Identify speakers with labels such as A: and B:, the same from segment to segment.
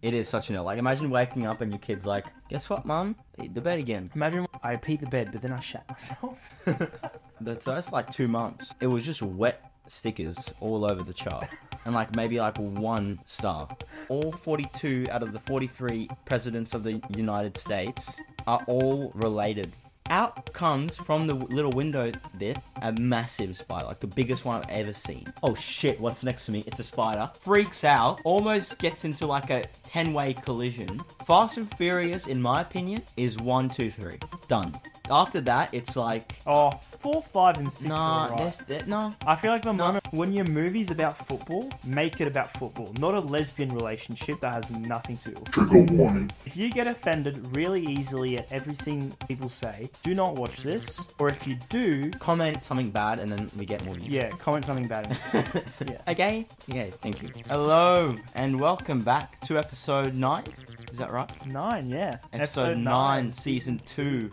A: It is such an ill. Like, imagine waking up and your kid's like, "Guess what, mum? Eat the bed again."
B: Imagine I peed the bed, but then I shat myself.
A: The first like two months, it was just wet stickers all over the chart, and like maybe like one star. All 42 out of the 43 presidents of the United States are all related. Out comes from the little window there a massive spider, like the biggest one I've ever seen. Oh shit, what's next to me? It's a spider. Freaks out, almost gets into like a 10 way collision. Fast and Furious, in my opinion, is one, two, three. Done. After that, it's like,
B: oh, four, five, and six.
A: nah,
B: are right.
A: there's, there, no,
B: I feel like the
A: No.
B: moment when your movie's about football, make it about football, not a lesbian relationship that has nothing to do.
C: Trigger warning.
B: If you get offended really easily at everything people say, do not watch this. Or if you do,
A: comment something bad and then we get more views.
B: yeah, comment something bad. in it. yeah.
A: Okay? Yeah, thank you. Hello, and welcome back to episode 9. Is that right?
B: Nine, yeah.
A: Episode, 9, season 2.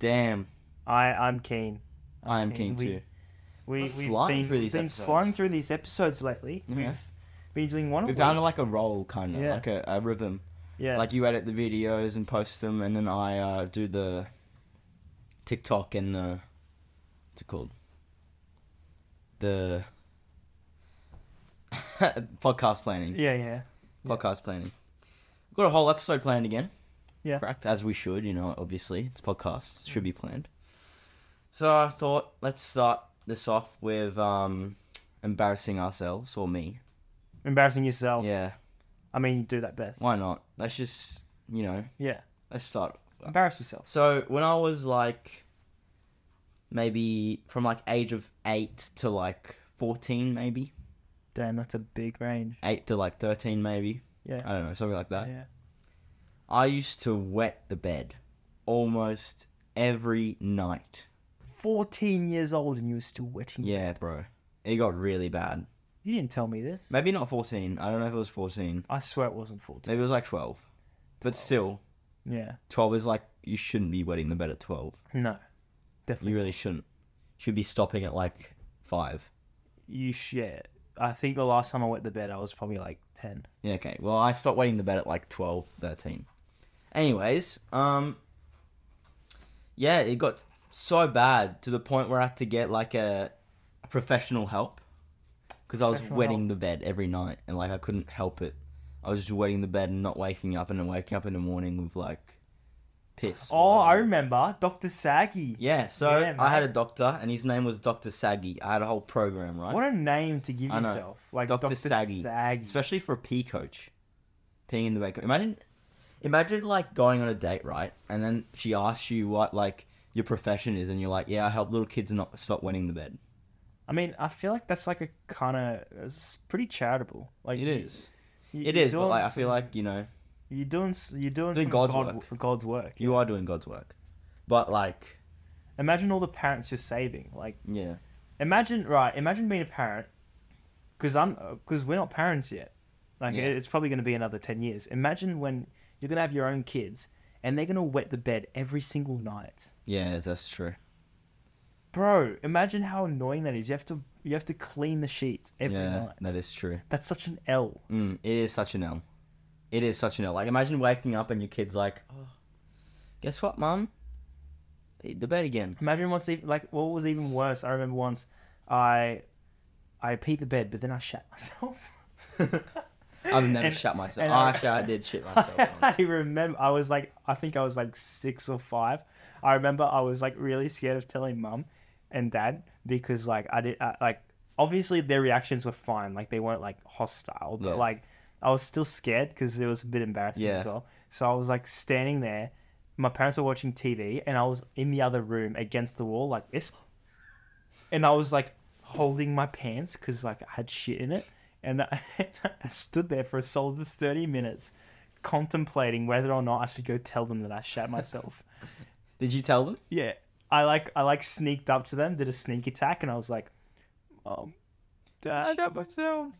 A: Damn,
B: I, I'm keen.
A: I am
B: Okay,
A: keen
B: we-
A: too.
B: We,
A: We're
B: we've
A: flying
B: been,
A: through these
B: been
A: episodes.
B: flying through these episodes lately.
A: Yeah.
B: We've been doing one
A: We've
B: a
A: done
B: week.
A: like a roll, kind of,
B: Yeah.
A: like a, a rhythm.
B: Yeah.
A: Like you edit the videos and post them, and then I uh, do the TikTok and the. What's it called? The. podcast planning.
B: yeah, yeah.
A: podcast planning. We've got a whole episode planned again.
B: Yeah.
A: Correct? As we should, you know, obviously. It's podcast. It should be planned. So I thought let's start this off with um embarrassing ourselves or me.
B: Embarrassing yourself.
A: Yeah.
B: I mean, you do that best.
A: Why not? Let's just you know,
B: Yeah.
A: let's start.
B: Embarrass yourself.
A: So when I was like maybe from like age of eight to like fourteen maybe.
B: Damn, that's a big range.
A: Eight to like thirteen maybe.
B: Yeah.
A: I don't know, something like that.
B: yeah.
A: I used to wet the bed almost every night.
B: 14 years old and you were still wetting.
A: Yeah, bro. It got really bad.
B: You didn't tell me this.
A: Maybe not 14. I don't know if it was 14.
B: I swear it wasn't 14.
A: Maybe it was like 12. But still,
B: Yeah.
A: 12 is like, you shouldn't be wetting the bed at 12.
B: No. Definitely.
A: You really shouldn't. Should be stopping at like 5.
B: You sh- yeah. I think the last time I wet the bed, I was probably like 10.
A: Yeah, okay. Well, I stopped wetting the bed at like 12, 13. Anyways, um, yeah, it got so bad to the point where I had to get like a, a professional help because I was
B: Professional
A: wetting the bed every night and like I couldn't help it. I was just wetting the bed and not waking up and then waking up in the morning with like piss.
B: Oh,
A: I
B: I remember. Dr. Saggy.
A: yeah. So
B: Yeah,
A: I had a
B: mate.
A: doctor and his name was Doctor Saggy. I had a whole program, right?
B: What a name to give
A: I know.
B: yourself. Like
A: Dr.
B: Dr.
A: Saggy.
B: Saggy.
A: especially for a pee coach, peeing in the bed. Imagine, imagine like going on a date, right? And then she asks you what like your profession is, and you're like, yeah, I help little kids not stop wetting the bed.
B: I mean, I feel like that's like a kind of. It's pretty charitable. Like
A: It
B: you-
A: is,
B: you-
A: it
B: you're
A: is. But
B: doing
A: like, I
B: some-
A: feel like you know,
B: you're doing s- you're doing,
A: Doing
B: some
A: God's
B: God-
A: work.
B: God's work.
A: you are doing God's work. But like,
B: Imagine all the parents you're saving. Like
A: yeah,
B: imagine right imagine being a parent because i'm because we're not parents yet like
A: Yeah.
B: it it's probably going to be another 10 years imagine when you're going to have your own kids and they're going to wet the bed every single night
A: yeah, that's true.
B: bro imagine how annoying that is you have to you have to clean the sheets every
A: yeah,
B: night
A: that is true.
B: that's such an l
A: Mm, it is such an L. It is such an L. Like, imagine waking up and your kid's like, oh, guess what, mum? Eat the bed again.
B: imagine what's even like what was even worse i remember once i i peed the bed but then i shat myself
A: I've never
B: And-
A: shut myself.
B: and
A: Oh,
B: I-
A: actually, I did shit myself. once.
B: I remember I was like I think I was like six or five. I remember I was like really scared of telling mum and dad because like I did I, like obviously their reactions were fine like they weren't like hostile but
A: Yeah.
B: like I was still scared because it was a bit embarrassing
A: Yeah.
B: as well. So I was like standing there. My parents were watching TV and I was in the other room against the wall like this, and I was like holding my pants because like I had shit in it. And I, I stood there for a solid 30 minutes contemplating whether or not I should go tell them that I shat myself.
A: Did you tell them?
B: yeah, I like I like sneaked up to them, did a sneak attack, and I was like, "Mom, Dad,
A: shut myself.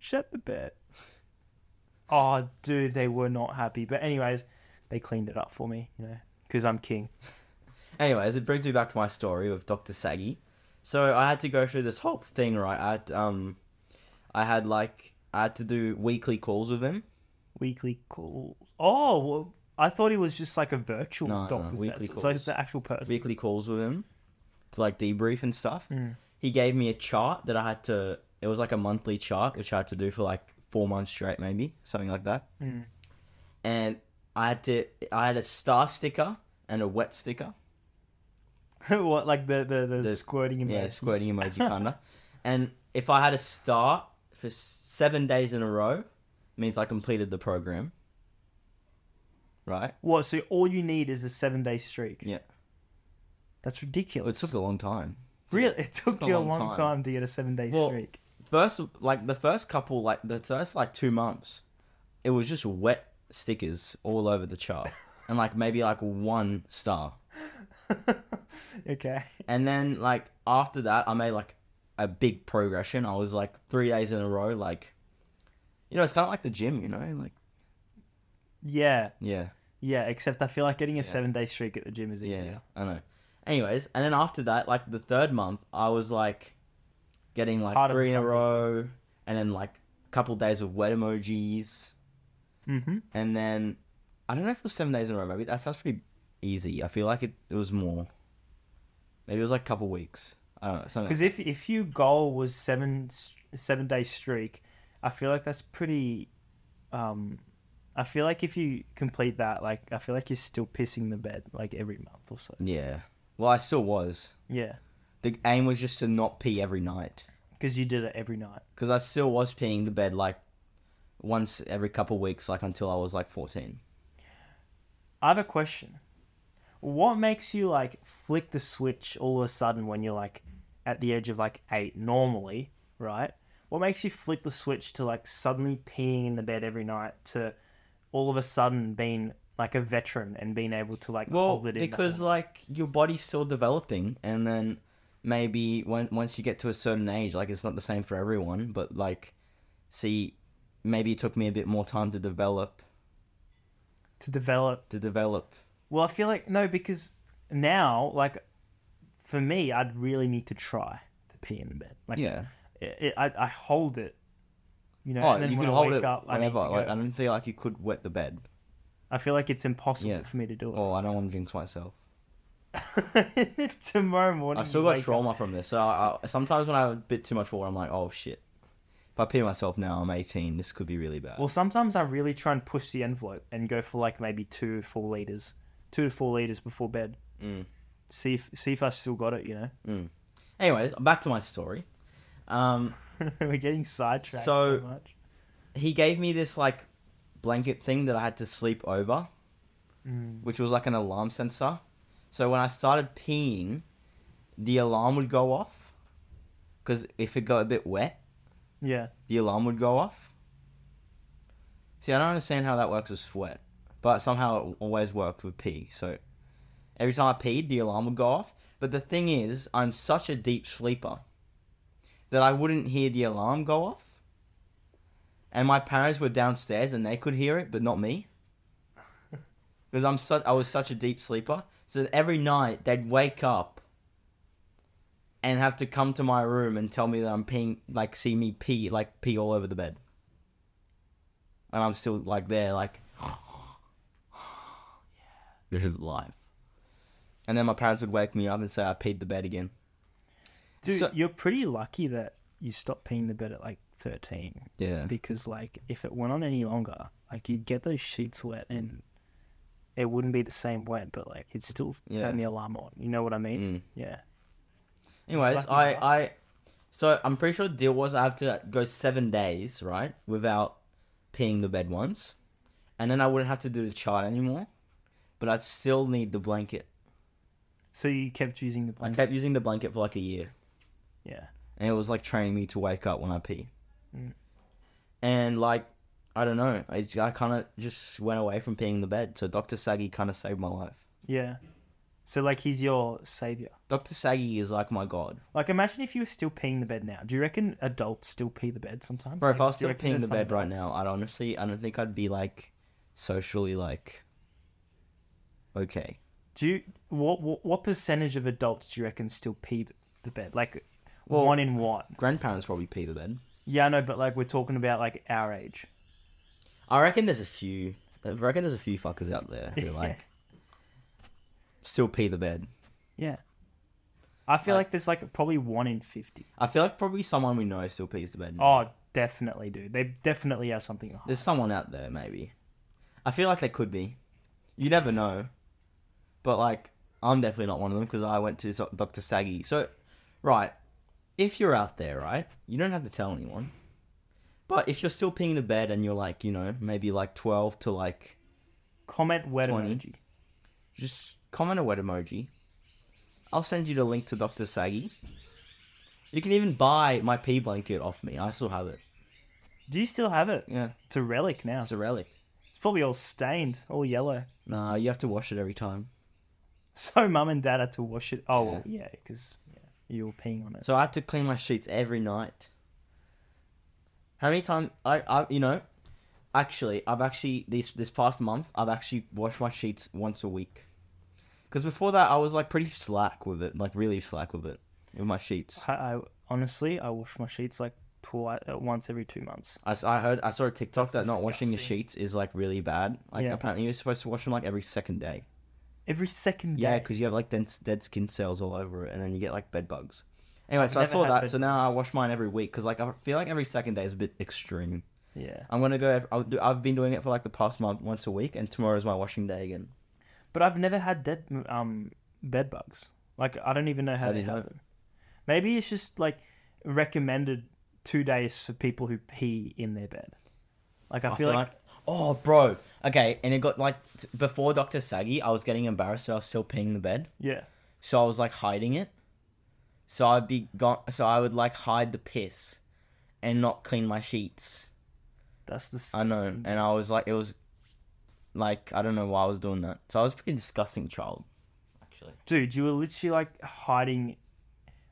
B: shut the bed." Oh, dude, they were not happy. But anyways, they cleaned it up for me, you know, because I'm king.
A: Anyways, it brings me back to my story with Dr. Saggy. So I had to go through this whole thing, right? I had, um, I had like I had to do weekly calls with him.
B: Weekly calls. Oh, well, I thought he was just like a virtual
A: No, no,
B: doctor.
A: weekly
B: so, so it's
A: calls.
B: an actual person.
A: weekly calls with him to like debrief and stuff. He gave me a chart that I had to. It was like a monthly chart which I had to do for like four months straight, maybe something like that. And I had to. I had a star sticker and a wet sticker.
B: what, like the the, the, squirting emoji?
A: Yeah, squirting emoji kinda. and if I had a star for seven days in a row, means I completed the program. Right?
B: What? So all you need is a seven day streak.
A: Yeah.
B: That's
A: It
B: ridiculous.
A: took a long time.
B: really, it took
A: a
B: you a
A: long
B: long
A: time.
B: time, to get a seven day
A: Well,
B: streak.
A: first like the first couple like the first like two months it was just wet stickers all over the chart and like maybe like one star
B: Okay.
A: and then like after that i made like a big progression i was like three days in a row like you know it's kind of like the gym you know like
B: Yeah,
A: yeah
B: yeah. Except I feel like getting a seven day streak at the gym is
A: yeah,
B: easier.
A: i know anyways and then after that like the third month i was like getting like
B: Harder for
A: three in a
B: some people.
A: row and then like a couple days of wet emojis
B: Mm-hmm.
A: And then I don't know if it was seven days in a row. Maybe that sounds pretty easy. I feel like it, it was more. Maybe it was like a couple weeks. I don't know. Something.
B: Because if if your goal was seven s- seven day streak, I feel like that's pretty. Um, I feel like if you complete that, like I feel like you're still pissing the bed like every month or so.
A: Yeah. Well, I still was.
B: Yeah,
A: The aim was just to not pee every night
B: because you did it every night.
A: because I still was peeing the bed like once every couple weeks, like until I was like fourteen.
B: I have a question. What makes you like flick the switch all of a sudden when you're like at the edge of like eight normally, right? What makes you flick the switch to like suddenly peeing in the bed every night to all of a sudden being like a veteran and being able to like
A: Well,
B: hold it in? that
A: because
B: long?
A: like your body's still developing, and then maybe when once you get to a certain age, like it's not the same for everyone, but like, see, maybe it took me a bit more time to develop
B: to develop.
A: to develop.
B: Well, I feel like no, because now like for me, I'd really need to try to pee in the bed. Like
A: Yeah.
B: it, I, I hold it, you know,
A: Oh,
B: and then
A: you
B: when
A: can
B: I
A: hold
B: wake
A: it
B: up, I need to
A: whenever.
B: go.
A: like, I don't feel like you could wet the bed.
B: I feel like it's impossible
A: Yeah.
B: for me to do it.
A: Oh, I don't want to jinx myself.
B: Tomorrow morning.
A: Oh. I still
B: you
A: got
B: wake
A: trauma from this. So I, I, sometimes when I have a bit too much water, I'm like, oh shit. If I pee myself now, I'm 18. This could be really bad.
B: up- Well, sometimes I really try and push the envelope and go for like maybe two, four liters, two to four liters before bed.
A: Mm.
B: See if see if I still got it. You know,
A: Anyways, back to my story. Um,
B: we're getting sidetracked
A: So-
B: so, much.
A: he gave me this like blanket thing that I had to sleep over, which was like an alarm sensor. So when I started peeing, the alarm would go off because if it got a bit wet,
B: Yeah,
A: the alarm would go off. See, I don't understand how that works with sweat, but somehow it always worked with pee. So every time I peed, the alarm would go off. But the thing is, I'm such a deep sleeper that I wouldn't hear the alarm go off. And my parents were downstairs and they could hear it, but not me. Because I'm such, I was such a deep sleeper. So that every night they'd wake up and have to come to my room and tell me that I'm peeing, like, see me pee, like, pee all over the bed. And I'm still, like, there, like, this is life. And then my parents would wake me up and say I peed the bed again.
B: dude,
A: So-
B: you're pretty lucky that you stopped peeing the bed at like thirteen
A: Yeah.
B: because like if it went on any longer, like you'd get those sheets wet and it wouldn't be the same wet, but like you'd still
A: Yeah.
B: turn the alarm on. You know what I mean?
A: Mm.
B: Yeah.
A: Anyways,
B: Lucky
A: I,
B: bastard.
A: I, so I'm pretty sure the deal was I have to go seven days, right, without peeing the bed once. And then I wouldn't have to do the chart anymore. But I'd still need the blanket.
B: So you kept using the
A: I
B: blanket.
A: kept using the blanket for like a year.
B: Yeah.
A: and it was like training me to wake up when I pee.
B: Mm.
A: And like, I don't know, I, I kind of just went away from peeing in the bed. So Dr. Saggy kind of saved my life.
B: Yeah. So like he's your savior.
A: Dr. Saggy is like my god.
B: Like imagine if you were still peeing the bed now. Do you reckon adults still pee the bed sometimes?
A: Bro, if I
B: Like,
A: was
B: do you
A: still
B: reckon
A: peeing in the
B: there's
A: bed right
B: something
A: now,
B: else?
A: I'd honestly, I don't think I'd be like socially like okay.
B: Do you what what, what percentage of adults do you reckon still pee the bed? Like one in what?
A: Grandparents probably pee the bed.
B: Yeah, I know, but like we're talking about like our age.
A: I reckon there's a few. I reckon there's a few fuckers out there who like still pee the bed.
B: Yeah. I feel
A: Like-
B: like, there's like probably one in 50.
A: I feel like probably someone we know still pees the bed.
B: Oh, definitely, dude. They definitely have something. to hide.
A: There's someone out there, maybe. I feel like there could be. You never know. But, like, I'm definitely not one of them because I went to so- Dr. Saggy. So, right. If you're out there, right, you don't have to tell anyone. But if you're still peeing the bed and you're, like, you know, maybe like 12 to like
B: Comment wet
A: 20.
B: emoji.
A: just comment a wet emoji. I'll send you the link to Dr. Saggy. You can even buy my pee blanket off me. I still have it.
B: Do you still have it?
A: Yeah,
B: It's a relic now.
A: it's a relic.
B: It's probably all stained, all yellow.
A: Nah, you have to wash it every time.
B: So mum and dad had to wash it. Oh, well, yeah, because you were peeing on it.
A: So I had to clean my sheets every night. How many times I, I you know, actually I've actually this this past month I've actually washed my sheets once a week. Cuz before that I was like pretty slack with it, like really slack with it with my sheets.
B: I, I honestly, I wash my sheets like twice, uh, once every two months.
A: I, s- I heard I saw a TikTok
B: That's
A: that not washing your
B: disgusting.
A: sheets is like really bad. Like
B: Yeah.
A: apparently you're supposed to wash them like every second day.
B: Every second
A: Yeah,
B: day.
A: because you have like dense, dead skin cells all over it, and then you get like bed bugs. Anyway, so I
B: never
A: saw
B: had
A: that.
B: bed
A: So now I wash mine every week because like I feel like every second day is a bit extreme.
B: yeah.
A: I'm gonna go. I'll do, I've been doing it for like the past month, once a week, and tomorrow's my washing day again.
B: But I've never had dead um bed bugs. Like I don't even know how
A: How do
B: they
A: you know?
B: have them. Maybe it's just like recommended two days for people who pee in their bed. Like I, feel, like,
A: oh, bro. Okay, and it got like t- before Doctor Saggy, I was getting embarrassed, so I was still peeing the bed.
B: yeah.
A: So I was like hiding it. So I'd be gone. So I would like hide the piss, and not clean my sheets.
B: That's the
A: I know,
B: disgusting-
A: and I was like, it was, like I don't know why I was doing that. So I was a pretty disgusting child, actually.
B: Dude, you were literally like hiding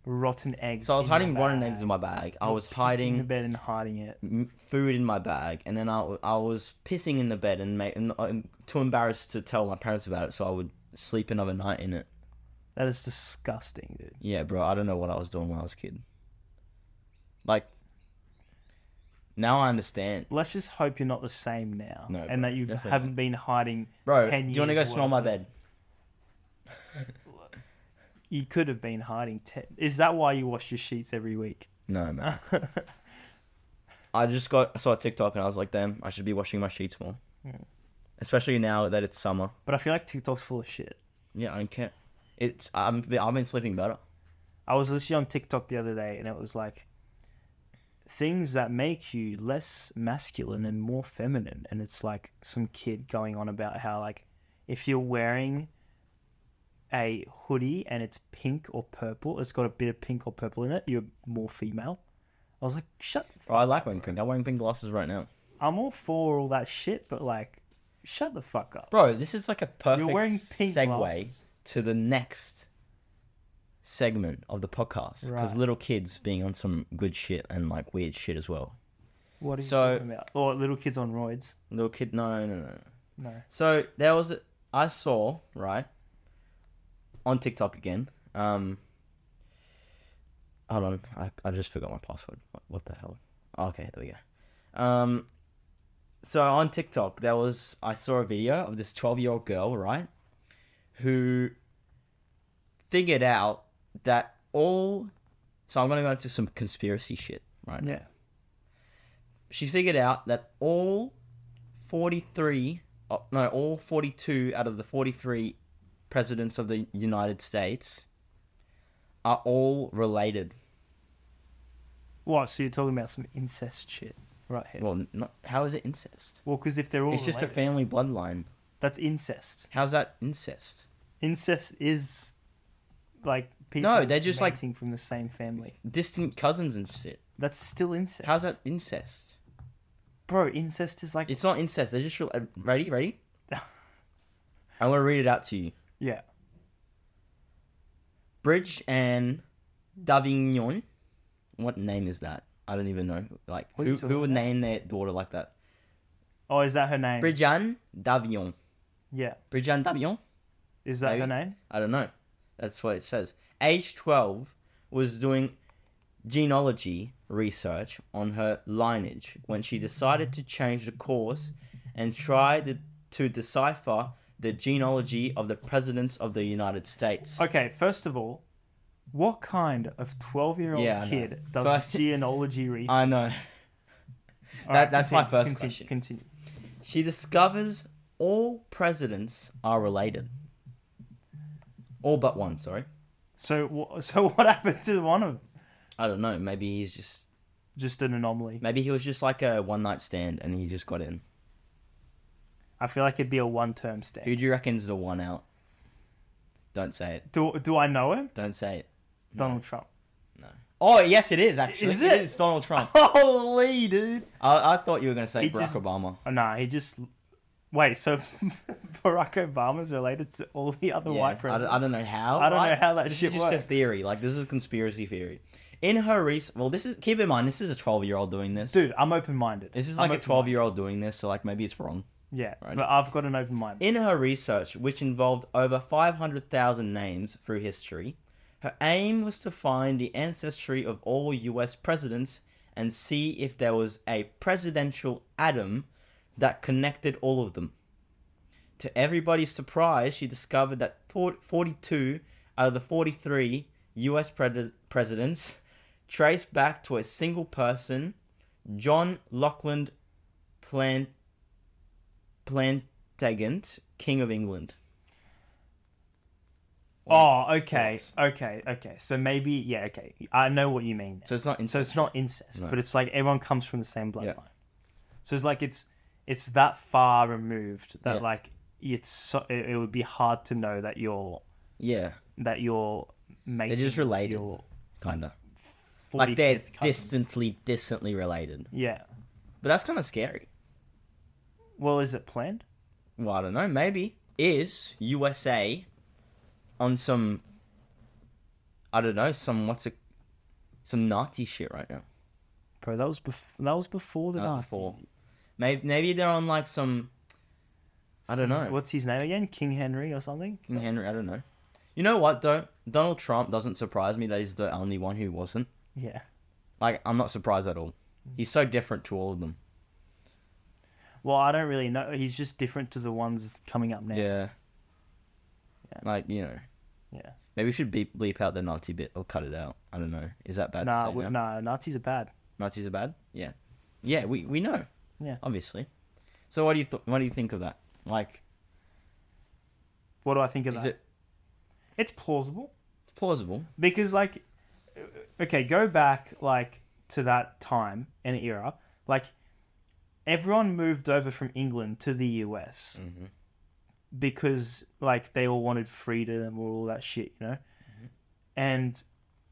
B: rotten eggs.
A: So I was
B: in
A: hiding
B: your
A: rotten
B: bag.
A: eggs in my bag. I
B: You were
A: was
B: pissing
A: hiding
B: in the bed and hiding it.
A: m food in my bag, and then I, w- I was pissing in the bed and, ma- and I'm too embarrassed to tell my parents about it, so I would sleep another night in it.
B: That is disgusting, dude.
A: Yeah, bro, I don't know what I was doing when I was a kid. Like, now I understand,
B: Let's just hope you're not the same now,
A: No, bro,
B: and that you
A: definitely
B: haven't been hiding.
A: bro.
B: ten
A: do you want to go
B: years
A: smell my
B: worth of-
A: bed?
B: You could have been hiding ten. Is that why you wash your sheets every week?
A: No, man. I just got I saw a TikTok and I was like, damn, I should be washing my sheets more. Especially now that it's summer.
B: But I feel like TikTok's full of shit.
A: Yeah, I don't care. It's I'm I've been sleeping better.
B: I was listening on TikTok the other day, and it was like things that make you less masculine and more feminine. And it's like some kid going on about how like if you're wearing a hoodie and it's pink or purple, it's got a bit of pink or purple in it, you're more female. I was like, shut. The f-
A: Bro, I like wearing pink. I'm wearing pink glasses right now.
B: I'm all for all that shit, but like, shut the fuck up.
A: Bro, this is like a perfect
B: You're wearing pink
A: segue
B: glasses.
A: to the next segment of the podcast because
B: Right.
A: little kids being on some good shit and like weird shit as well.
B: What are you
A: So-
B: talking about? Or little kids on roids?
A: Little kid, no, no, no, no.
B: No.
A: So there was I saw right on TikTok again. Um, hold on, I, I just forgot my password. What, what the hell? Oh, Okay, there we go. Um, so on TikTok there was I saw a video of this twelve year old girl right, who figured out that all. So I'm gonna go into some conspiracy shit right
B: Yeah.
A: she figured out that all 43 uh, no all 42 out of the 43 presidents of the united states are all related
B: What? So you're talking about some incest shit right here?
A: well n- not, how is it incest
B: Well, because if they're all
A: it's just a
B: related-
A: family bloodline
B: That's incest.
A: how's that incest
B: Incest is like people.
A: No, they're just, like-
B: mating from the same family.
A: distant cousins and shit
B: That's still incest.
A: how's that incest
B: bro? Incest is like
A: it's not incest they're just re- uh, ready ready i'm gonna read it out to you
B: yeah.
A: bridge and davignon what name is that i don't even know like
B: What are
A: who,
B: you talking
A: who would
B: about?
A: name their daughter like that
B: Oh, is that her name?
A: Bridjan Davion.
B: Yeah,
A: Bridjan Davion?
B: is that her
A: Maybe.
B: name?
A: I don't know. That's what it says. Age 12 was doing genealogy research on her lineage when she decided to change the course and try to, to decipher the genealogy of the presidents of the United States.
B: Okay, first of all, what kind of 12 year
A: Yeah, I know.
B: old kid does
A: First-
B: genealogy research?
A: I know.
B: All
A: that- that's my first
B: continue,
A: question.
B: Continue.
A: She discovers all presidents are related. All but one, sorry.
B: So, wha- so what happened to one of them?
A: I don't know. Maybe he's just.
B: Just an anomaly.
A: Maybe he was just like a one night stand and he just got in.
B: I feel like it'd be a one term stay.
A: Who do you reckon's the one out? Don't say it.
B: Do, do I know him?
A: Don't say it.
B: Donald Trump.
A: Oh, yes, it is actually.
B: Is
A: It
B: it?
A: is Donald Trump.
B: Holy dude.
A: I, I thought you were going to say
B: He
A: Barack
B: just-
A: Obama.
B: Oh, nah, he just. Wait, so Barack Obama's related to all the other
A: Yeah,
B: white
A: I,
B: presidents?
A: don't- I don't know how.
B: I don't know how that
A: this
B: shit
A: is just a
B: works.
A: theory. Like this is a conspiracy theory. In her research, well, this is keep in mind this is a twelve year old doing this.
B: Dude, I'm open minded.
A: this is like a twelve year old doing this, so like maybe it's wrong.
B: Yeah,
A: Right.
B: but I've got an open mind.
A: In her research, which involved over 500,000 names through history, her aim was to find the ancestry of all US presidents and see if there was a presidential Adam that connected all of them. To everybody's surprise, she discovered that for- 42 out of the 43 US pres- presidents traced back to a single person, John Lockland Plant Plantagenet, King of England.
B: Oh, okay,
A: Thoughts?
B: okay, okay. So maybe, yeah, okay. I know what you mean.
A: So it's not in-
B: So it's not incest, but it's like everyone comes from the same bloodline.
A: Yeah.
B: So it's like it's it's that far removed that
A: Yeah.
B: like it's so, it, it would be hard to know that you're
A: yeah,
B: that you're making
A: just related.
B: your
A: kinda like they're
B: 45th cousin.
A: distantly, distantly related.
B: Yeah.
A: But that's kind of scary.
B: Well, is it planned?
A: Well, I don't know. Maybe is USA on some I don't know some what's a some Nazi shit right now.
B: Bro, that was bef- that was before the
A: That was
B: Nazis.
A: before. Maybe maybe they're on like some I don't know.
B: What's his name again? King Henry or something?
A: King Henry. I don't know. You know what though? Donald Trump doesn't surprise me that he's the only one who wasn't.
B: Yeah.
A: Like I'm not surprised at all. He's so different to all of them.
B: Well, I don't really know. He's just different to the ones coming up now.
A: Yeah.
B: Yeah.
A: Like, you know.
B: Yeah.
A: Maybe we should beep, bleep out the Nazi bit or cut it out. I don't know. Is that bad
B: Nah,
A: to say
B: we,
A: now?
B: nah, Nazis are bad.
A: Nazis are bad? Yeah. Yeah, we, we know.
B: Yeah.
A: Obviously. So what do you th- what do you think of that? Like
B: What do I think of
A: is
B: that?
A: it
B: It's plausible
A: plausible?
B: because, like, okay, go back like to that time and era. Like, everyone moved over from England to the US
A: Mhm.
B: because, like, they all wanted freedom or all that shit, you know. And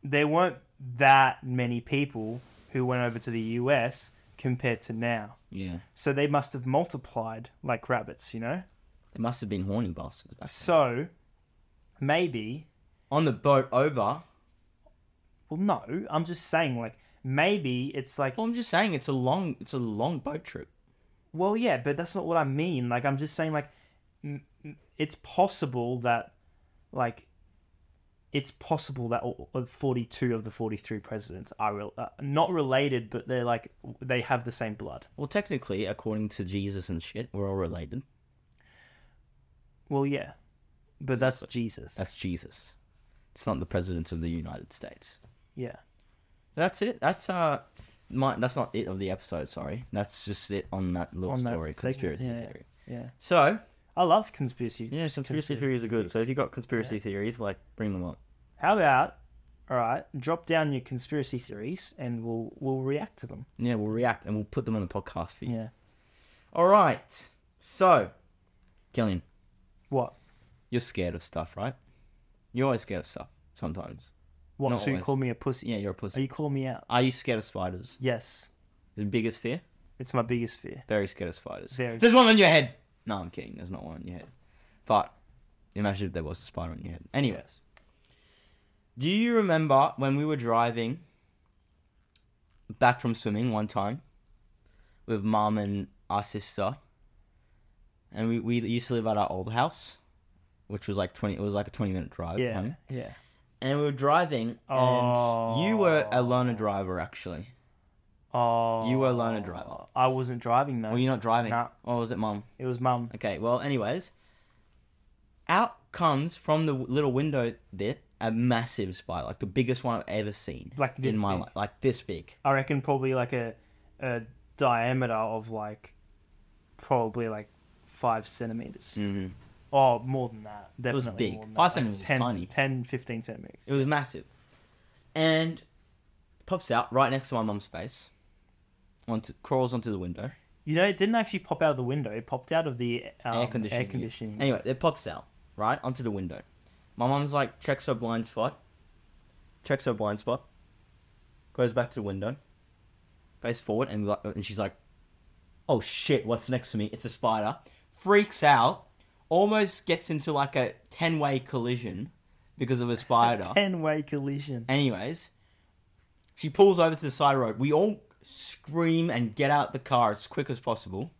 B: there weren't that many people who went over to the US compared to now.
A: Yeah.
B: So they must have multiplied like rabbits, you know.
A: They must have been horny bastards. back-
B: So maybe
A: On the boat over.
B: Well, no, I'm just saying, like, maybe it's like,
A: Well, I'm just saying it's a long it's a long boat trip.
B: well, yeah, but that's not what I mean. Like, I'm just saying, like, n- n- it's possible that, like, it's possible that all, all 42 of the 43 presidents are rel- uh, not related, but they're like, they have the same blood.
A: Well, technically, according to Jesus and shit, we're all related.
B: Well, yeah, but that's Jesus.
A: That's Jesus. It's not the presidents of the United States.
B: yeah.
A: That's it. That's uh, my that's not it of the episode. Sorry, that's just it on that little
B: On that
A: story
B: segment,
A: conspiracy
B: yeah.
A: theory.
B: Yeah.
A: So
B: I love conspiracy.
A: yeah, conspiracy, theories are good. So if you got conspiracy theories, like bring them up.
B: How about, all right, drop down your conspiracy theories and we'll, we'll react to them.
A: Yeah, we'll react and we'll put them on the podcast for you.
B: Yeah.
A: All right. So, Killian,
B: What?
A: you're scared of stuff, right? You're always scared of stuff. Sometimes.
B: What?
A: Not
B: so you
A: always.
B: call me a pussy?
A: Yeah, you're a
B: Are
A: pussy.
B: you calling me out?
A: Are you scared of spiders?
B: Yes.
A: The biggest fear?
B: It's my biggest fear.
A: Very scared of spiders.
B: Very.
A: There's one on your head. No, I'm kidding. There's not one on your head. But imagine if there was a spider on your head. Anyways, do you remember when we were driving back from swimming one time with mum and our sister, and we, we used to live at our old house, which was like twenty. It was like a twenty minute drive.
B: Yeah.
A: home.
B: Yeah.
A: and we were driving, and you were a loner driver actually.
B: Oh,
A: You were a loner driver.
B: I wasn't driving though.
A: Well, you're not driving.
B: Nah.
A: Or was it mum?
B: It was mum.
A: Okay, well, anyways, out comes from the w- little window bit a massive spider, like the biggest one I've ever seen
B: Like this
A: in my
B: big?
A: life, like this big.
B: I reckon probably like a a diameter of like probably like five centimeters.
A: Mm-hmm.
B: Oh, more than that. Definitely
A: was big.
B: More
A: Five
B: than that. Like
A: centimeters is
B: 10,
A: tiny.
B: 10, 15 centimeters.
A: It was massive, and pops out right next to my mum's face. Onto, crawls onto the window.
B: You know, it didn't actually pop out of the window. It popped out of the um,
A: air conditioning.
B: Air
A: unit.
B: conditioning.
A: Anyway, it pops out, right? Onto the window. My mum's like, checks her blind spot. Checks her blind spot. Goes back to the window. Face forward, and, like, and she's like, oh shit, what's next to me? It's a spider. Freaks out. Almost gets into like a 10 way collision because of a spider.
B: Ten way collision.
A: Anyways, she pulls over to the side road. We all scream and get out the car as quick as possible.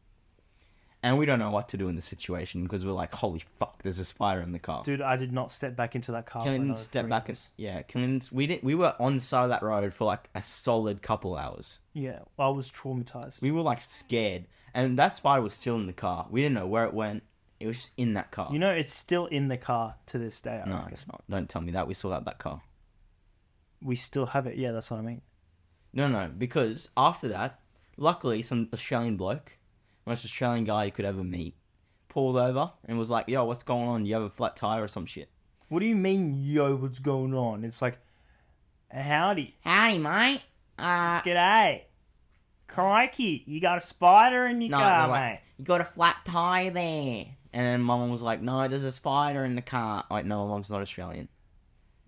A: And we don't know what to do in the situation because we're like, holy fuck, there's a spider in the car.
B: Dude, I did not step back into that car. for
A: Killian
B: another
A: stepped
B: three
A: back and
B: minutes.
A: yeah, Killian, we didn't. We were on the side of that road for like a solid couple hours.
B: Yeah, I was traumatized.
A: We were like scared, and that spider was still in the car. We didn't know where it went. It was just in that car.
B: You know, it's still in the car to this day. I
A: no,
B: reckon.
A: it's not. Don't tell me that. We still had that car.
B: We still have it. Yeah, that's what I mean.
A: No, no, because after that, luckily, some Australian bloke, most Australian guy you could ever meet, pulled over and was like, "Yo, what's going on? You have a flat tire or some shit?"
B: What do you mean, yo, what's going on? It's like, howdy,
A: Howdy, mate. Uh,
B: g'day, crikey, you got a spider in your
A: no,
B: car,
A: they're like,
B: mate.
A: you got a flat tire there. And then my mum was like, "No, there's a spider in the car." Like, no, my mum's not Australian.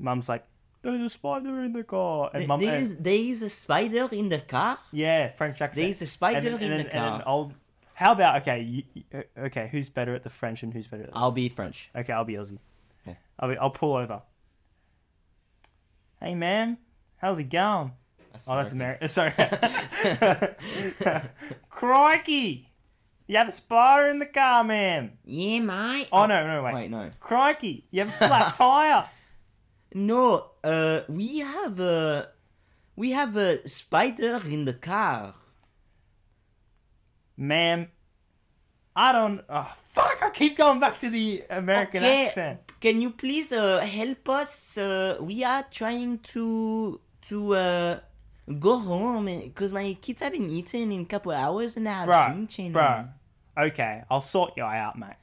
B: Mum's like, there's a spider in the car, and mum, and-
A: There's there's a spider in the car.
B: yeah, French accent.
A: There's a spider
B: and then,
A: in
B: and then,
A: the
B: and
A: car.
B: then old. How about okay, you, you- uh, okay, who's better at the French and who's better at?
A: I'll be French.
B: Okay, I'll be Aussie.
A: Yeah.
B: I'll be, I'll pull over. Hey man, how's it going?
A: That's
B: Oh, that's American. Sorry. Crikey! You have a spider in the car, man.
A: Yeah, mate.
B: Oh, no, no, wait.
A: Wait, no.
B: Crikey! You have a flat tire.
A: No, uh, we have a we have a spider in the car.
B: Ma'am, I don't. Oh, fuck! I keep going back to the American
A: Okay,
B: accent.
A: Can you please uh, help us? Uh, we are trying to to uh, go home because my kids haven't eaten in a couple hours and I have
B: Bro,
A: food chain
B: bro.
A: on.
B: Okay, I'll sort you out, mate.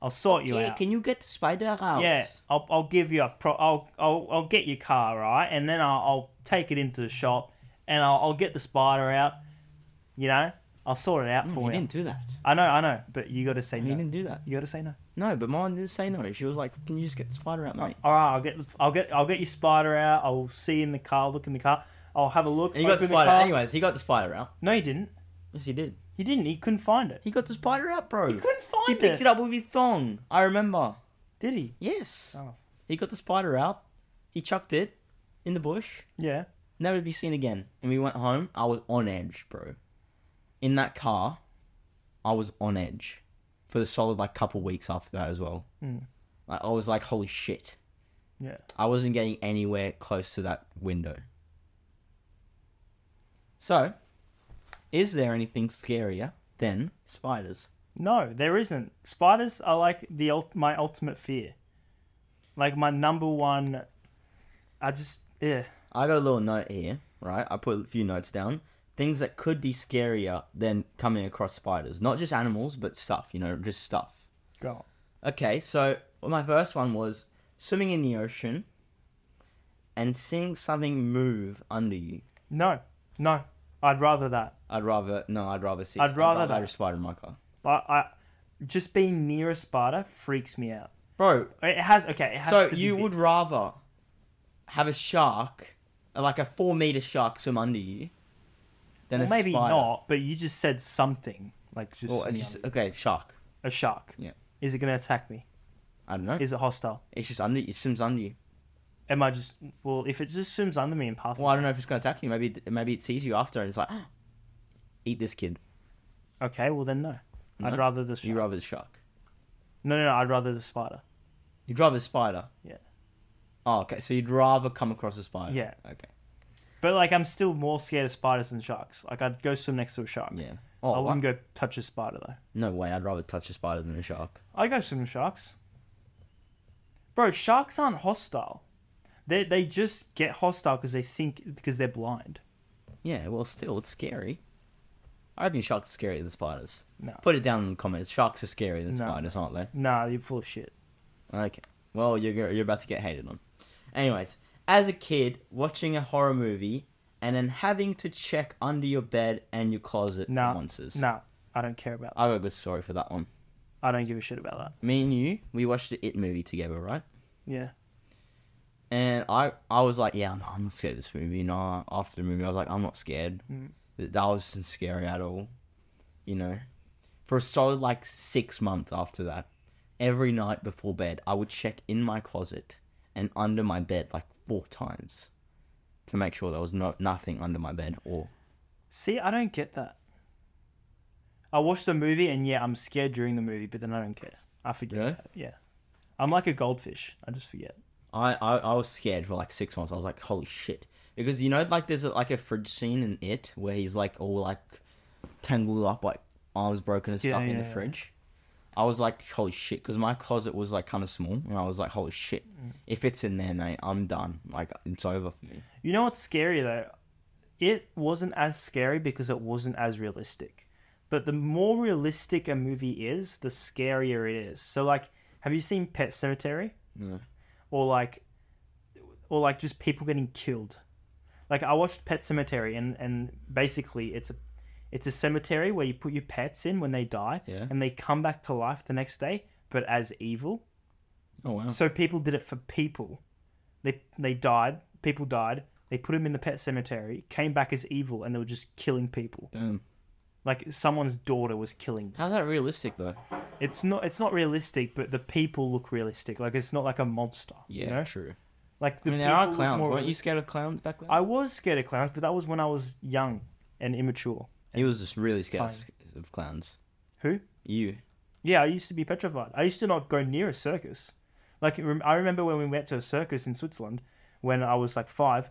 B: I'll sort you
A: Okay,
B: out.
A: can you get the spider out?
B: Yeah, I'll, I'll give you a pro. I'll, I'll I'll get your car right, and then I'll, I'll take it into the shop, and I'll, I'll get the spider out. You know, I'll sort it out
A: No, Mm,
B: for
A: you
B: you.
A: didn't do that.
B: I know, I know, but you got to say
A: You
B: no.
A: didn't do that.
B: You got to say no.
A: No, but mine didn't say no. She was like, "Can you just get the spider out, mate?"
B: All right, I'll get I'll get I'll get your spider out. I'll see you in the car. Look in the car. I'll have a look.
A: And he got the
B: open
A: spider.
B: car.
A: Anyways, he got the spider out.
B: No, you didn't.
A: Yes, he did.
B: You didn't. You couldn't find it.
A: He got the spider out, bro.
B: You couldn't
A: He
B: find
A: picked it up with his thong. I remember.
B: Did he?
A: Yes.
B: Oh.
A: He got the spider out. He chucked it in the bush.
B: Yeah.
A: Never to be seen again. And we went home. I was on edge, bro. In that car, I was on edge for the solid like couple weeks after that as well.
B: Mm.
A: Like I was like, holy shit.
B: Yeah.
A: I wasn't getting anywhere close to that window. So, is there anything scarier than spiders?
B: No, there isn't. Spiders are like the ult- my ultimate fear. Like my number one. I just yeah.
A: I got a little note here, right? I put a few notes down. Things that could be scarier than coming across spiders. Not just animals, but stuff, you know, just stuff.
B: Go. on.
A: Okay, so my first one was swimming in the ocean and seeing something move under you.
B: No, no. I'd rather that.
A: I'd rather, no, I'd rather see.
B: I'd rather
A: have
B: that.
A: a spider in my car.
B: But I just being near a spider freaks me out.
A: Bro,
B: It has okay. It has
A: so
B: to be
A: you
B: big.
A: would rather have a shark, like a four meter shark swim under you, than
B: Well,
A: a
B: maybe
A: spider.
B: not, but you just said something like just,
A: Well, it's
B: you
A: just,
B: know,
A: okay, shark.
B: a shark.
A: Yeah.
B: Is it going to attack me?
A: I don't know.
B: Is it hostile?
A: It's just under you. It swims under you.
B: Am I just well? If it just swims under me and passes,
A: Well, I don't know if it's gonna attack you. Maybe it, maybe it sees you after and it's like, eat this kid.
B: okay, well then no.
A: No?
B: I'd rather the
A: You
B: shark.
A: rather the shark.
B: No, no, no. I'd rather the spider.
A: You'd rather the spider.
B: Yeah.
A: Oh, okay. So you'd rather come across a spider.
B: Yeah.
A: Okay.
B: But like, I'm still more scared of spiders than sharks. Like, I'd go swim next to a shark.
A: Yeah.
B: I
A: Oh, what?
B: wouldn't go touch a spider though.
A: no way. I'd rather touch a spider than a shark.
B: I go swim with sharks. Bro, sharks aren't hostile. They they just get hostile because they think because they're blind.
A: Yeah. Well, still, it's scary. I reckon sharks are scarier than spiders.
B: No.
A: Put it down in the comments. Sharks are scarier than
B: No.
A: spiders, aren't they?
B: Nah, you're full of shit.
A: Okay. Well, you're go- you're about to get hated on. Anyways, as a kid watching a horror movie and then having to check under your bed and your closet
B: Nah,
A: for monsters.
B: Nah, I don't care about that.
A: I got a good story for that one.
B: I don't give a shit about that.
A: Me and you, we watched the It movie together, right?
B: Yeah.
A: And I, I was like, yeah, no, I'm not scared of this movie. No, after the movie, I was like, I'm not scared.
B: Mm.
A: That, that wasn't scary at all, you know. For a solid like six months after that, every night before bed, I would check in my closet and under my bed like four times to make sure there was no nothing under my bed or
B: See, I don't get that. I watch the movie and yeah, I'm scared during the movie, but then I don't care. I forget.
A: Really?
B: that, Yeah. I'm like a goldfish. I just forget.
A: I, I I was scared for like six months. I was like, holy shit, because you know, like there's a, like a fridge scene in it where he's like all like tangled up, like arms broken and
B: Yeah,
A: stuff in the
B: yeah, yeah.
A: fridge. I was like, holy shit, because my closet was like kind of small, and I was like, holy shit,
B: Mm.
A: if it's in there, mate, I'm done. Like it's over for me.
B: You know what's scary though? It wasn't as scary because it wasn't as realistic. But the more realistic a movie is, the scarier it is. So like, have you seen Pet Cemetery?
A: No.
B: Or like, or like just people getting killed. Like I watched Pet Cemetery, and and basically it's a it's a cemetery where you put your pets in when they die,
A: Yeah.
B: and they come back to life the next day, but as evil.
A: Oh wow.
B: So people did it for people. They they died. People died. They put him in the pet cemetery. Came back as evil, and they were just killing people.
A: Damn.
B: Like someone's daughter was killing.
A: How's that realistic though?
B: It's not it's not realistic, but the people look realistic. Like it's not like a monster.
A: Yeah,
B: You know?
A: true.
B: Like
A: I
B: the
A: mean, there
B: people
A: are
B: look
A: clowns.
B: more
A: Weren't you
B: realistic.
A: scared of clowns back then?
B: I was scared of clowns, but that was when I was young and immature.
A: He was just really scared
B: Fine.
A: of clowns.
B: Who?
A: You.
B: Yeah, I used to be petrified. I used to not go near a circus. Like rem- I remember when we went to a circus in Switzerland when I was like five,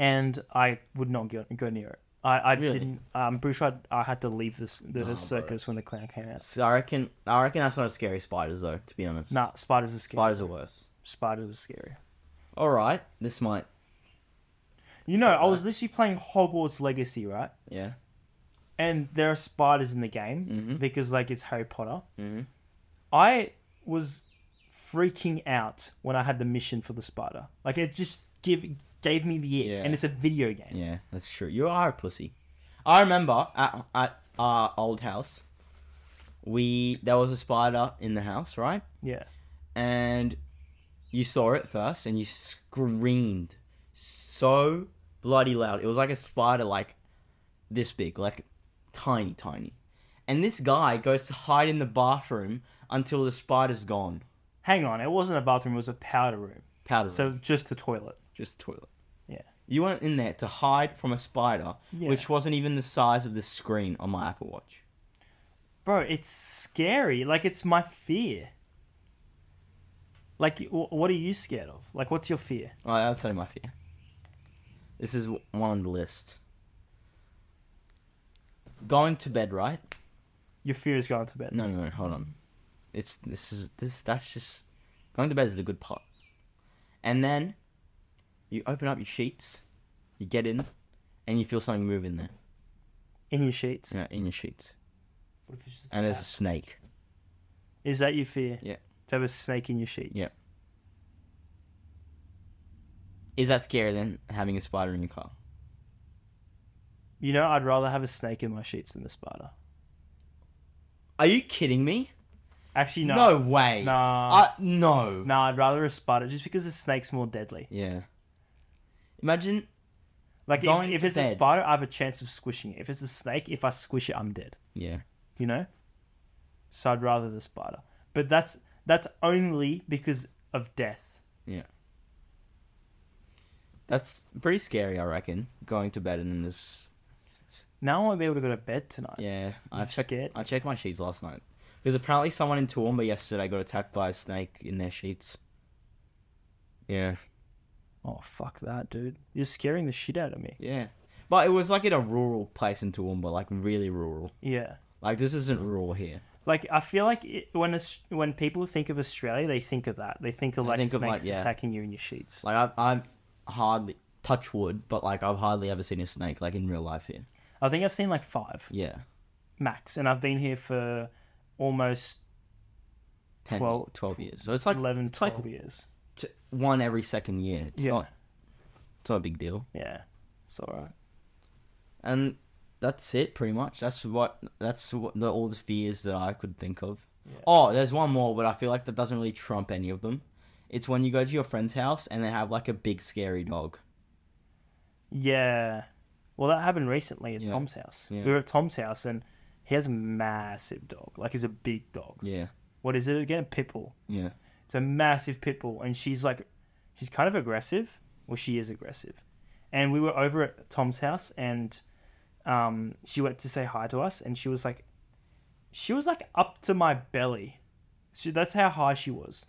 B: and I would not go, go near it. I, I
A: Really? Oh,
B: didn't. I'm pretty sure I, I had to leave this the
A: bro.
B: circus when the clown came out.
A: So I reckon. I reckon that's not as scary as spiders though. To be honest.
B: Nah, spiders are scary.
A: Spiders are worse.
B: Spiders are scary.
A: All right, this might.
B: You know, I was literally playing Hogwarts Legacy, right?
A: Yeah.
B: And there are spiders in the game
A: Mhm.
B: because like it's Harry Potter.
A: Mm-hmm.
B: I was freaking out when I had the mission for the spider. Like it just give gave me the ick,
A: Yeah.
B: and it's a video game.
A: Yeah, that's true. You are a pussy. I remember at at our old house, we there was a spider in the house, right?
B: Yeah.
A: And you saw it first, and you screamed so bloody loud. It was like a spider, like this big, like tiny, tiny. And this guy goes to hide in the bathroom until the spider's gone.
B: Hang on, it wasn't a bathroom; it was a powder room.
A: Powder.
B: So just the toilet.
A: just toilet.
B: Yeah.
A: You went in there to hide from a spider,
B: Yeah.
A: which wasn't even the size of the screen on my Apple Watch.
B: Bro, it's scary. Like it's my fear. Like, wh- what are you scared of? Like, what's your fear?
A: All right, I'll tell you my fear. This is w- one on the list. Going to bed, right?
B: Your fear is going to bed.
A: No, no, no. Hold on. It's this is this. That's just going to bed is the good part. And then you open up your sheets, you get in, and you feel something move in there,
B: In your sheets.
A: yeah, in your sheets,
B: What if it's just a
A: and there's a
B: cat?
A: snake.
B: Is that your fear?
A: Yeah.
B: To have a snake in your sheets.
A: Yeah. Is that scarier than having a spider in your car?
B: You know, I'd rather have a snake in my sheets than the spider.
A: Are you kidding me?
B: Actually, no.
A: No way.
B: Nah.
A: I, no.
B: No, I'd rather a spider just because the snake's more deadly.
A: Yeah. Imagine.
B: Like if,
A: Going
B: if
A: to
B: it's a
A: bed.
B: spider, I have a chance of squishing it. If it's a snake, if I squish it, I'm dead.
A: Yeah.
B: You know. So I'd rather the spider, but that's that's only because of death.
A: That's pretty scary, I reckon. Going to bed and then this.
B: Now I won't be able to go to bed tonight.
A: Yeah. I
B: You
A: checked.
B: scared?
A: I checked my sheets last night because apparently someone in Toowoomba yesterday got attacked by a snake in their sheets. Yeah.
B: Oh fuck that, dude! You're scaring the shit out of me.
A: Yeah. But it was like in a rural place in Toowoomba, like really rural.
B: Yeah.
A: Like this isn't rural here.
B: Like I feel like it, when Aus- when people think of Australia, they think of that. They think of like
A: think of,
B: snakes
A: like, yeah.
B: attacking you in your sheets.
A: Like I've, I've hardly touch wood, but like I've hardly ever seen a snake like in real life here.
B: I think I've seen like five
A: Yeah.
B: max, and I've been here for almost
A: 10, 12,
B: Twelve-
A: years. So it's like
B: 11,
A: it's like
B: 12 years.
A: t- one every second year. It's
B: Yeah.
A: not it's not a big deal.
B: Yeah, it's alright.
A: And that's it pretty much. That's what that's what the, all the fears that I could think of.
B: Yeah.
A: Oh, there's one more, but I feel like that doesn't really trump any of them. It's when you go to your friend's house and they have like a big scary dog.
B: Yeah. Well, that happened recently at
A: Yeah.
B: Tom's house.
A: Yeah.
B: We were at Tom's house, and he has a massive dog. Like he's a big dog.
A: Yeah.
B: What is it again? A pit bull.
A: Yeah.
B: It's a massive pit bull, and she's like, she's kind of aggressive. Well, she is aggressive. And we were over at Tom's house, and um, she went to say hi to us, and she was like, she was like up to my belly. She, that's how high she was.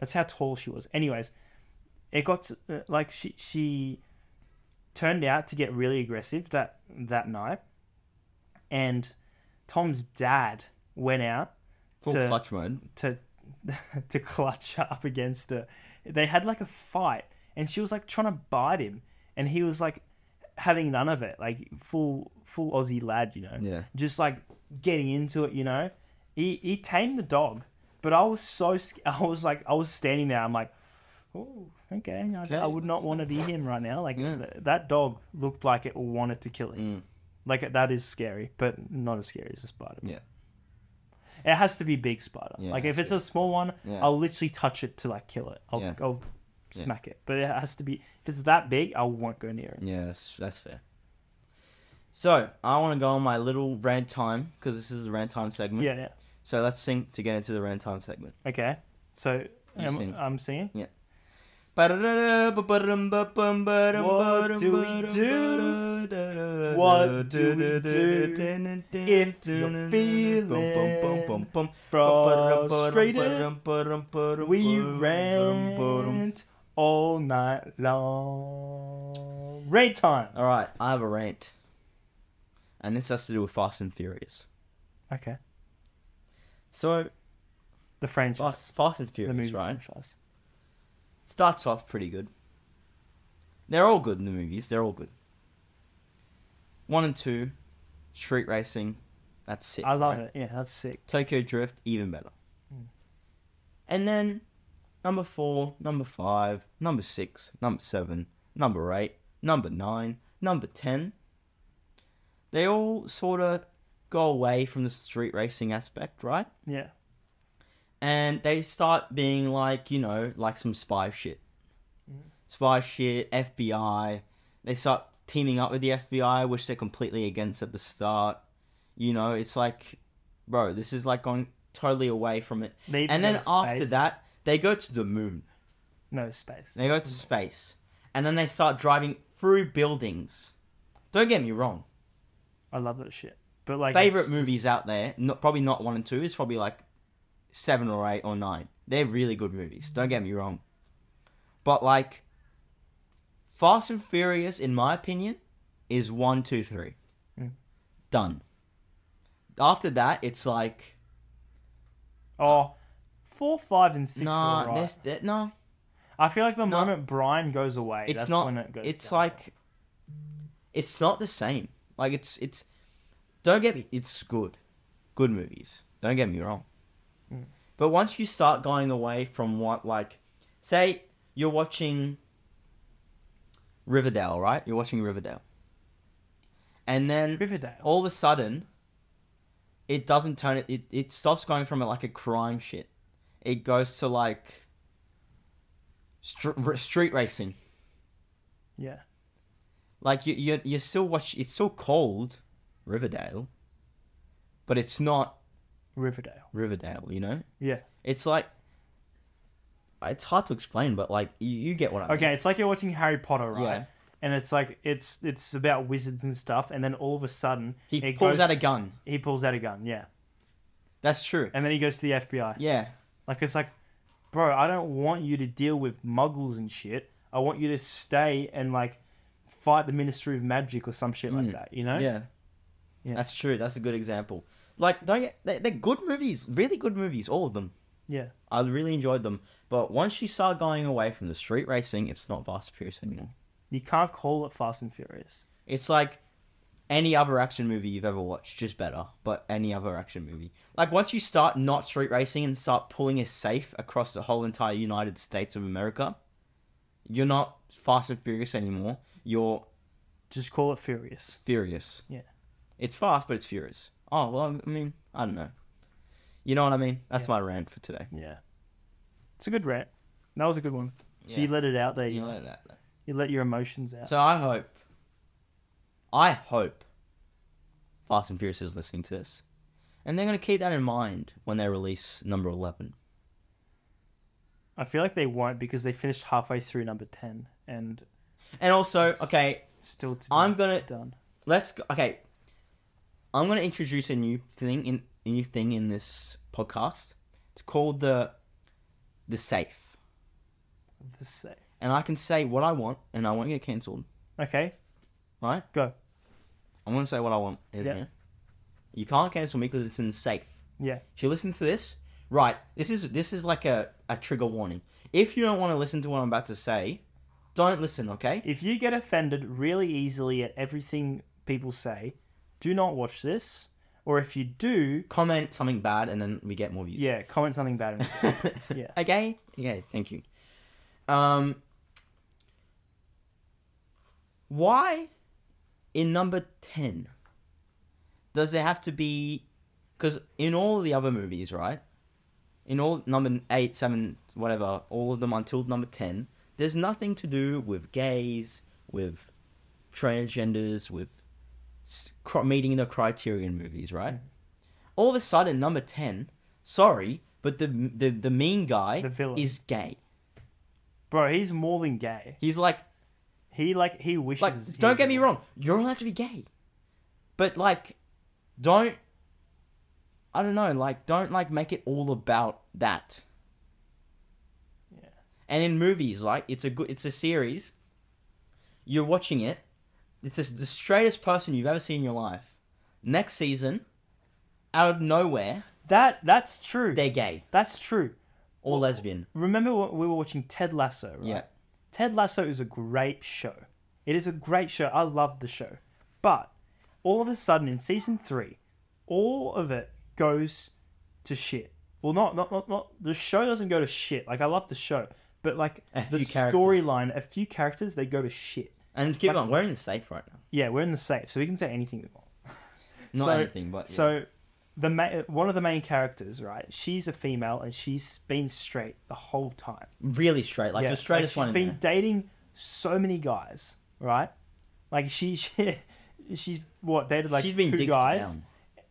B: That's how tall she was. Anyways, it got to, uh, like she she turned out to get really aggressive that that night, and Tom's dad went out
A: Full
B: To-
A: clutch mode.
B: to to clutch up against her. They had like a fight, and she was like trying to bite him, and he was like having none of it, like full full Aussie lad, you know,
A: Yeah.
B: just like getting into it, you know. He he tamed the dog, but I was so sc- I was like I was standing there, I'm like. Oh, okay. I, I would not want to be him right now. Like
A: Yeah.
B: th- that dog looked like it wanted to kill him.
A: Mm.
B: Like that is scary, but not as scary as a spider.
A: Yeah.
B: It has to be big spider.
A: Yeah,
B: like
A: it
B: if
A: has
B: it's a small one,
A: Yeah.
B: I'll literally touch it to like kill it. I'll,
A: Yeah.
B: I'll
A: Yeah.
B: smack it. But it has to be if it's that big, I won't go near it.
A: Yeah, that's, that's fair. So I want to go on my little rant time because this is the rant time segment.
B: Yeah, yeah.
A: So let's sing to get into the rant time segment.
B: Okay. So
A: You
B: am-
A: sing.
B: I'm singing.
A: What
B: What do we
A: do?
B: What do we do if you're feeling frustrated? We rant all night long. Rant time.
A: All right, I have a rant, and this has to do with Fast and Furious.
B: Okay.
A: So
B: The franchise.
A: Fast, Fast and
B: the movie
A: Furious, right?
B: franchise.
A: starts off pretty good. They're all good in the movies. They're all good. One and two, street racing, that's sick.
B: I love
A: right?
B: it. Yeah, that's sick.
A: Tokyo Drift, even better.
B: Mm.
A: And then number four, number five, number six, number seven, number eight, number nine, number ten. They all sort of go away from the street racing aspect, right?
B: Yeah.
A: and they start being like you know like some spy shit spy shit fbi they start teaming up with the fbi which they're completely against at the start you know it's like bro this is like going totally away from it
B: They
A: and then
B: no
A: after
B: space.
A: that they go to the moon
B: no space.
A: they go to space and then they start driving through buildings don't get me wrong
B: I love that shit. But like
A: favorite
B: it's-
A: movies out there, not, probably not one and two, it's probably like seven or eight or nine. They're really good movies, don't get me wrong. But like, Fast and Furious, in my opinion, is one, two, three.
B: Mm.
A: Done. After that, it's like,
B: Oh, four, five, and six.
A: nah,
B: are all right.
A: there's- there- nah,
B: I feel like the
A: no.
B: moment Brian goes away,
A: it's
B: that's
A: not.
B: when it goes.
A: it's
B: down.
A: like, it's not the same. Like it's it's. Don't get me. It's good, good movies. Don't get me wrong.
B: Mm.
A: But once you start going away from what like, say you're watching. Riverdale, right? You're watching Riverdale. And then
B: Riverdale.
A: all of a sudden, it doesn't turn it. It, it stops going from like a crime shit. It goes to like. Str- street racing.
B: Yeah,
A: Like you, you, you still watch. It's still called Riverdale, but it's not
B: Riverdale.
A: Riverdale. You know,
B: Yeah.
A: it's like it's hard to explain, but like you, you get what I mean.
B: Okay, it's like you're watching Harry Potter, right?
A: Yeah.
B: And it's like it's it's about wizards and stuff, and then all of a sudden
A: He
B: it
A: pulls
B: goes-
A: out a gun.
B: He pulls out a gun, yeah,
A: That's true.
B: and then he goes to the FBI.
A: Yeah,
B: Like it's like, bro, I don't want you to deal with muggles and shit. I want you to stay and like fight the Ministry of Magic or some shit like that, you know?
A: Mm. Yeah.
B: Yeah.
A: That's true. That's a good example. Like, don't get, they- they're good movies, really good movies, all of them.
B: Yeah.
A: I really enjoyed them. But once you start going away from the street racing, it's not Fast and Furious anymore.
B: You can't call it Fast and Furious.
A: It's like any other action movie you've ever watched, just better. But any other action movie. Like, once you start not street racing and start pulling a safe across the whole entire United States of America, you're not Fast and Furious anymore. You're
B: Just call it Furious.
A: furious.
B: Yeah.
A: It's fast, but it's furious. Oh, well, I mean, I don't know. You know what I mean? That's my rant for today.
B: Yeah. It's a good rant. That was a good one. So
A: Yeah.
B: you let it out there.
A: You
B: You,
A: know that. though.
B: you let your emotions out.
A: So I hope, I hope Fast and Furious is listening to this. And they're going to keep that in mind when they release number 11.
B: I feel like they won't because they finished halfway through number 10 and
A: And also,
B: It's-
A: okay,
B: still to
A: I'm gonna-
B: done.
A: let's go. Okay. I'm going to introduce a new thing in a new thing in this podcast. It's called the the safe.
B: The same.
A: And I can say what I want and I won't get cancelled,
B: Okay,
A: right?
B: go.
A: I'm gonna say what I want. in
B: Yeah.
A: here. You can't cancel me because it's in safe.
B: Yeah.
A: If you listen to this, right? This is this is like a, a trigger warning. If you don't want to listen to what I'm about to say, don't listen. Okay?
B: If you get offended really easily at everything people say, do not watch this. Or if you do,
A: Comment something bad and then we get more views.
B: yeah, comment something bad. on it. Yeah.
A: Okay. Okay. Thank you. Um. Why, in number ten, does it have to be? Because in all the other movies, right? In all number eight, seven, whatever, all of them until number ten, there's nothing to do with gays, with transgenders, with s- cr- meeting the criterion movies, right?
B: Mm-hmm.
A: All of a sudden, number ten. Sorry, but the the the mean guy
B: The villain.
A: is gay.
B: Bro, he's more than gay.
A: He's like
B: He like he wishes.
A: like
B: he
A: don't
B: was
A: get me
B: gay.
A: wrong you're allowed to be gay but like don't i don't know like don't like make it all about that
B: Yeah.
A: and in movies like it's a good it's a series you're watching it it's just the straightest person you've ever seen in your life next season out of nowhere
B: That that's true.
A: they're gay
B: That's true.
A: or lesbian
B: Remember when we were watching Ted Lasso, right?
A: yeah
B: Ted Lasso is a great show. It is a great show. I love the show. But all of a sudden in season three, all of it goes to shit. Well, not not not, not the show doesn't go to shit. Like I love the show, but like
A: A
B: the
A: few characters.
B: storyline, a few characters they go to shit.
A: and keep on we're in the safe right now
B: Yeah, we're in the safe, so we can say anything we want.
A: not
B: So-
A: anything but yeah.
B: So, the ma- one of the main characters, right? She's a female and she's been straight the whole time.
A: really straight like
B: Yeah,
A: the straightest one
B: like
A: in
B: She's
A: there.
B: been dating so many guys, right? Like she, she she's what dated like
A: she's been
B: two
A: dicked
B: guys,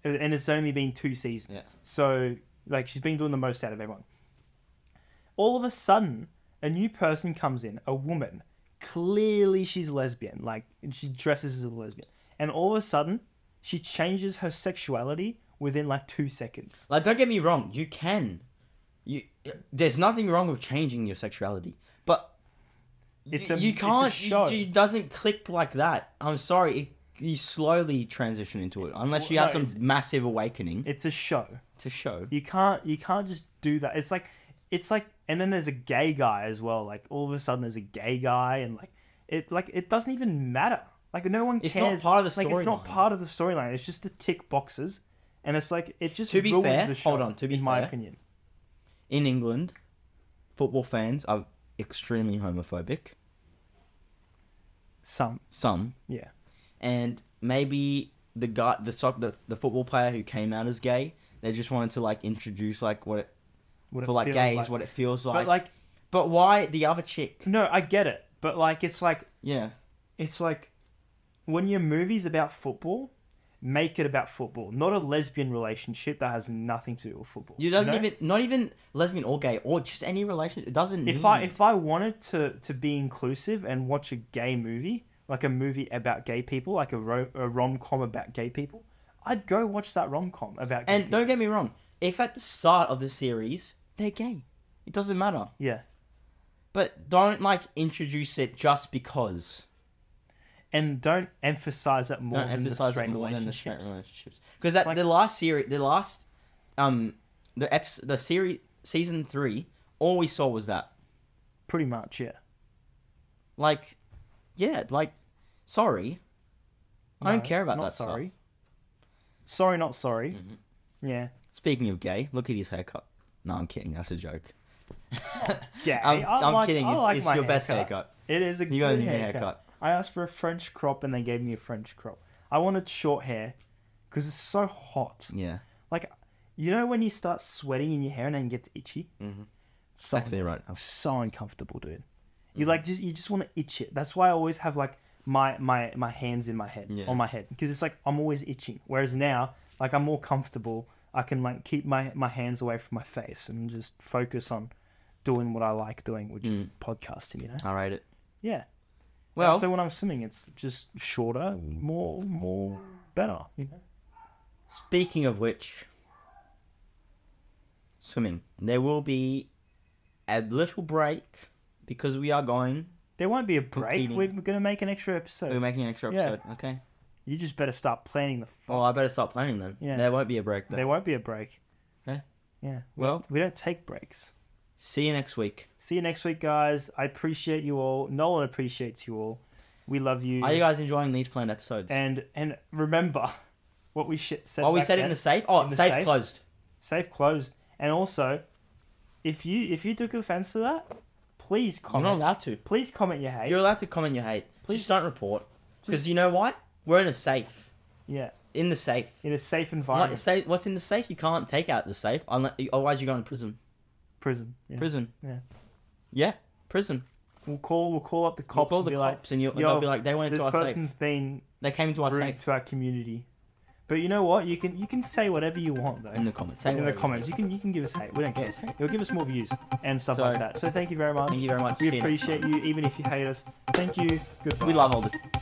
A: down.
B: and it's only been two seasons.
A: Yeah.
B: So like she's been doing the most out of everyone. All of a sudden, a new person comes in, a woman. Clearly, she's lesbian. Like she dresses as a lesbian, and all of a sudden, she changes her sexuality within like two seconds.
A: Like, don't get me wrong, you can. You, there's nothing wrong with changing your sexuality, but
B: It's
A: you,
B: a-
A: you
B: it's a
A: can't.
B: show.
A: It, doesn't click like that. I'm sorry. It, you slowly transition into it, unless you
B: Well,
A: have
B: no,
A: some massive awakening.
B: It's a show.
A: It's a show.
B: You can't you can't just do that. It's like it's like and then there's a gay guy as well. Like all of a sudden there's a gay guy and like it like it doesn't even matter. Like no one
A: It's not
B: cares.
A: part of the
B: Like it's not
A: storyline.
B: part of the storyline. It's just the tick boxes. And it's like it just
A: To be
B: ruins
A: fair-
B: the show,
A: hold on, to be
B: in my
A: fair.
B: opinion.
A: In England, football fans are extremely homophobic.
B: Some
A: Some,
B: yeah.
A: and maybe the guy, the soc, the, the football player who came out as gay, they just wanted to like introduce like what it,
B: What it
A: for like
B: feels
A: gays, what it feels like.
B: But like
A: but why the other chick?
B: no, I get it. But like it's like
A: Yeah.
B: it's like when your movie's about football, make it about football, not a lesbian relationship that has nothing to do with football.
A: You doesn't
B: know?
A: even not even lesbian or gay or just any relation. It doesn't.
B: If
A: need-
B: I if I wanted to to be inclusive and watch a gay movie, like a movie about gay people, like a, ro- a rom com about gay people, I'd go watch that rom com about gay
A: and
B: people.
A: don't get me wrong, if at the start of the series they're gay, It doesn't matter.
B: Yeah.
A: But don't like introduce it just because.
B: And don't emphasize it more
A: Don't
B: than
A: emphasize
B: the
A: it
B: straight
A: more than the
B: relationships.
A: straight relationships. Because that
B: like-
A: the last series, the last, um, the episode, the series, season three, all we saw was that.
B: Pretty much, yeah.
A: Like, yeah, like, sorry. I don't
B: No,
A: care about
B: not
A: that sorry.
B: sorry. Sorry, not sorry.
A: Mm-hmm.
B: Yeah.
A: Speaking of gay, look at his haircut. No, I'm kidding. That's a joke.
B: Yeah.
A: I'm,
B: I
A: I'm
B: like-
A: kidding.
B: I
A: It's,
B: like
A: it's
B: my
A: your best
B: haircut.
A: haircut.
B: It is a
A: You got a
B: good
A: new
B: haircut.
A: haircut.
B: I asked for a French crop and they gave me a French crop. I wanted short hair because it's so hot.
A: Yeah,
B: Like, you know when you start sweating in your hair and then it gets itchy?
A: Mhm.
B: So,
A: that's Mm-hmm. me right now.
B: so uncomfortable, dude. You like just you just want to itch it. That's why I always have like my my my hands in my head
A: Yeah.
B: on my head because it's like I'm always itching. Whereas now, like I'm more comfortable. I can like keep my my hands away from my face and just focus on doing what I like doing, which is podcasting. You know?
A: I rate it.
B: Yeah.
A: Mm. Well,
B: Uh,
A: Mm.
B: so when I'm swimming, it's just shorter, more, more better. You know?
A: Speaking of which, swimming. There will be a little break because we are going.
B: There won't be a break.
A: Competing.
B: We're gonna make an extra
A: We're
B: episode.
A: making an extra
B: Yeah.
A: episode. Okay.
B: You just better start planning the. F-
A: Well, I better start planning then.
B: Yeah.
A: There won't be a break then.
B: there won't be a break.
A: Okay.
B: Yeah.
A: Well,
B: We don't take breaks.
A: see you next week.
B: See you next week, guys. I appreciate you all. Nolan appreciates you all. We love you.
A: Are you guys enjoying these planned episodes?
B: and and remember what we sh- said.
A: oh, we
B: back
A: said it in
B: then.
A: the safe. Oh,
B: In the
A: safe,
B: safe?
A: closed.
B: safe closed. And also, if you if you took offense to that, please
A: You're not
B: comment.
A: allowed to.
B: Please comment your hate.
A: You're allowed to comment your hate. Please
B: Please-
A: don't report. Because
B: Just-
A: you know what? We're in a safe.
B: yeah,
A: In the safe.
B: in a safe
A: What,
B: environment.
A: say, what's in the safe? You can't take out the safe. Unless, otherwise, you go in prison.
B: Prison. Yeah.
A: Prison.
B: Yeah.
A: Yeah, prison.
B: We'll call. We'll call up the
A: We'll
B: cops.
A: call
B: and
A: the
B: be
A: cops
B: like,
A: and, you, and
B: "Yo,
A: they'll be like, they went
B: this
A: into our safe.
B: person's been
A: They came to our
B: rude
A: safe
B: to our community. But you know what? You can you can say whatever you want though.
A: in the comments. Say
B: in the
A: whatever.
B: comments. You can you can give us hate. We don't care. It'll give us more views and stuff
A: So-
B: like that. So thank you very much.
A: Thank you very much. See
B: We
A: you next
B: appreciate you, even if you hate us. Thank you. Goodbye.
A: We love all this.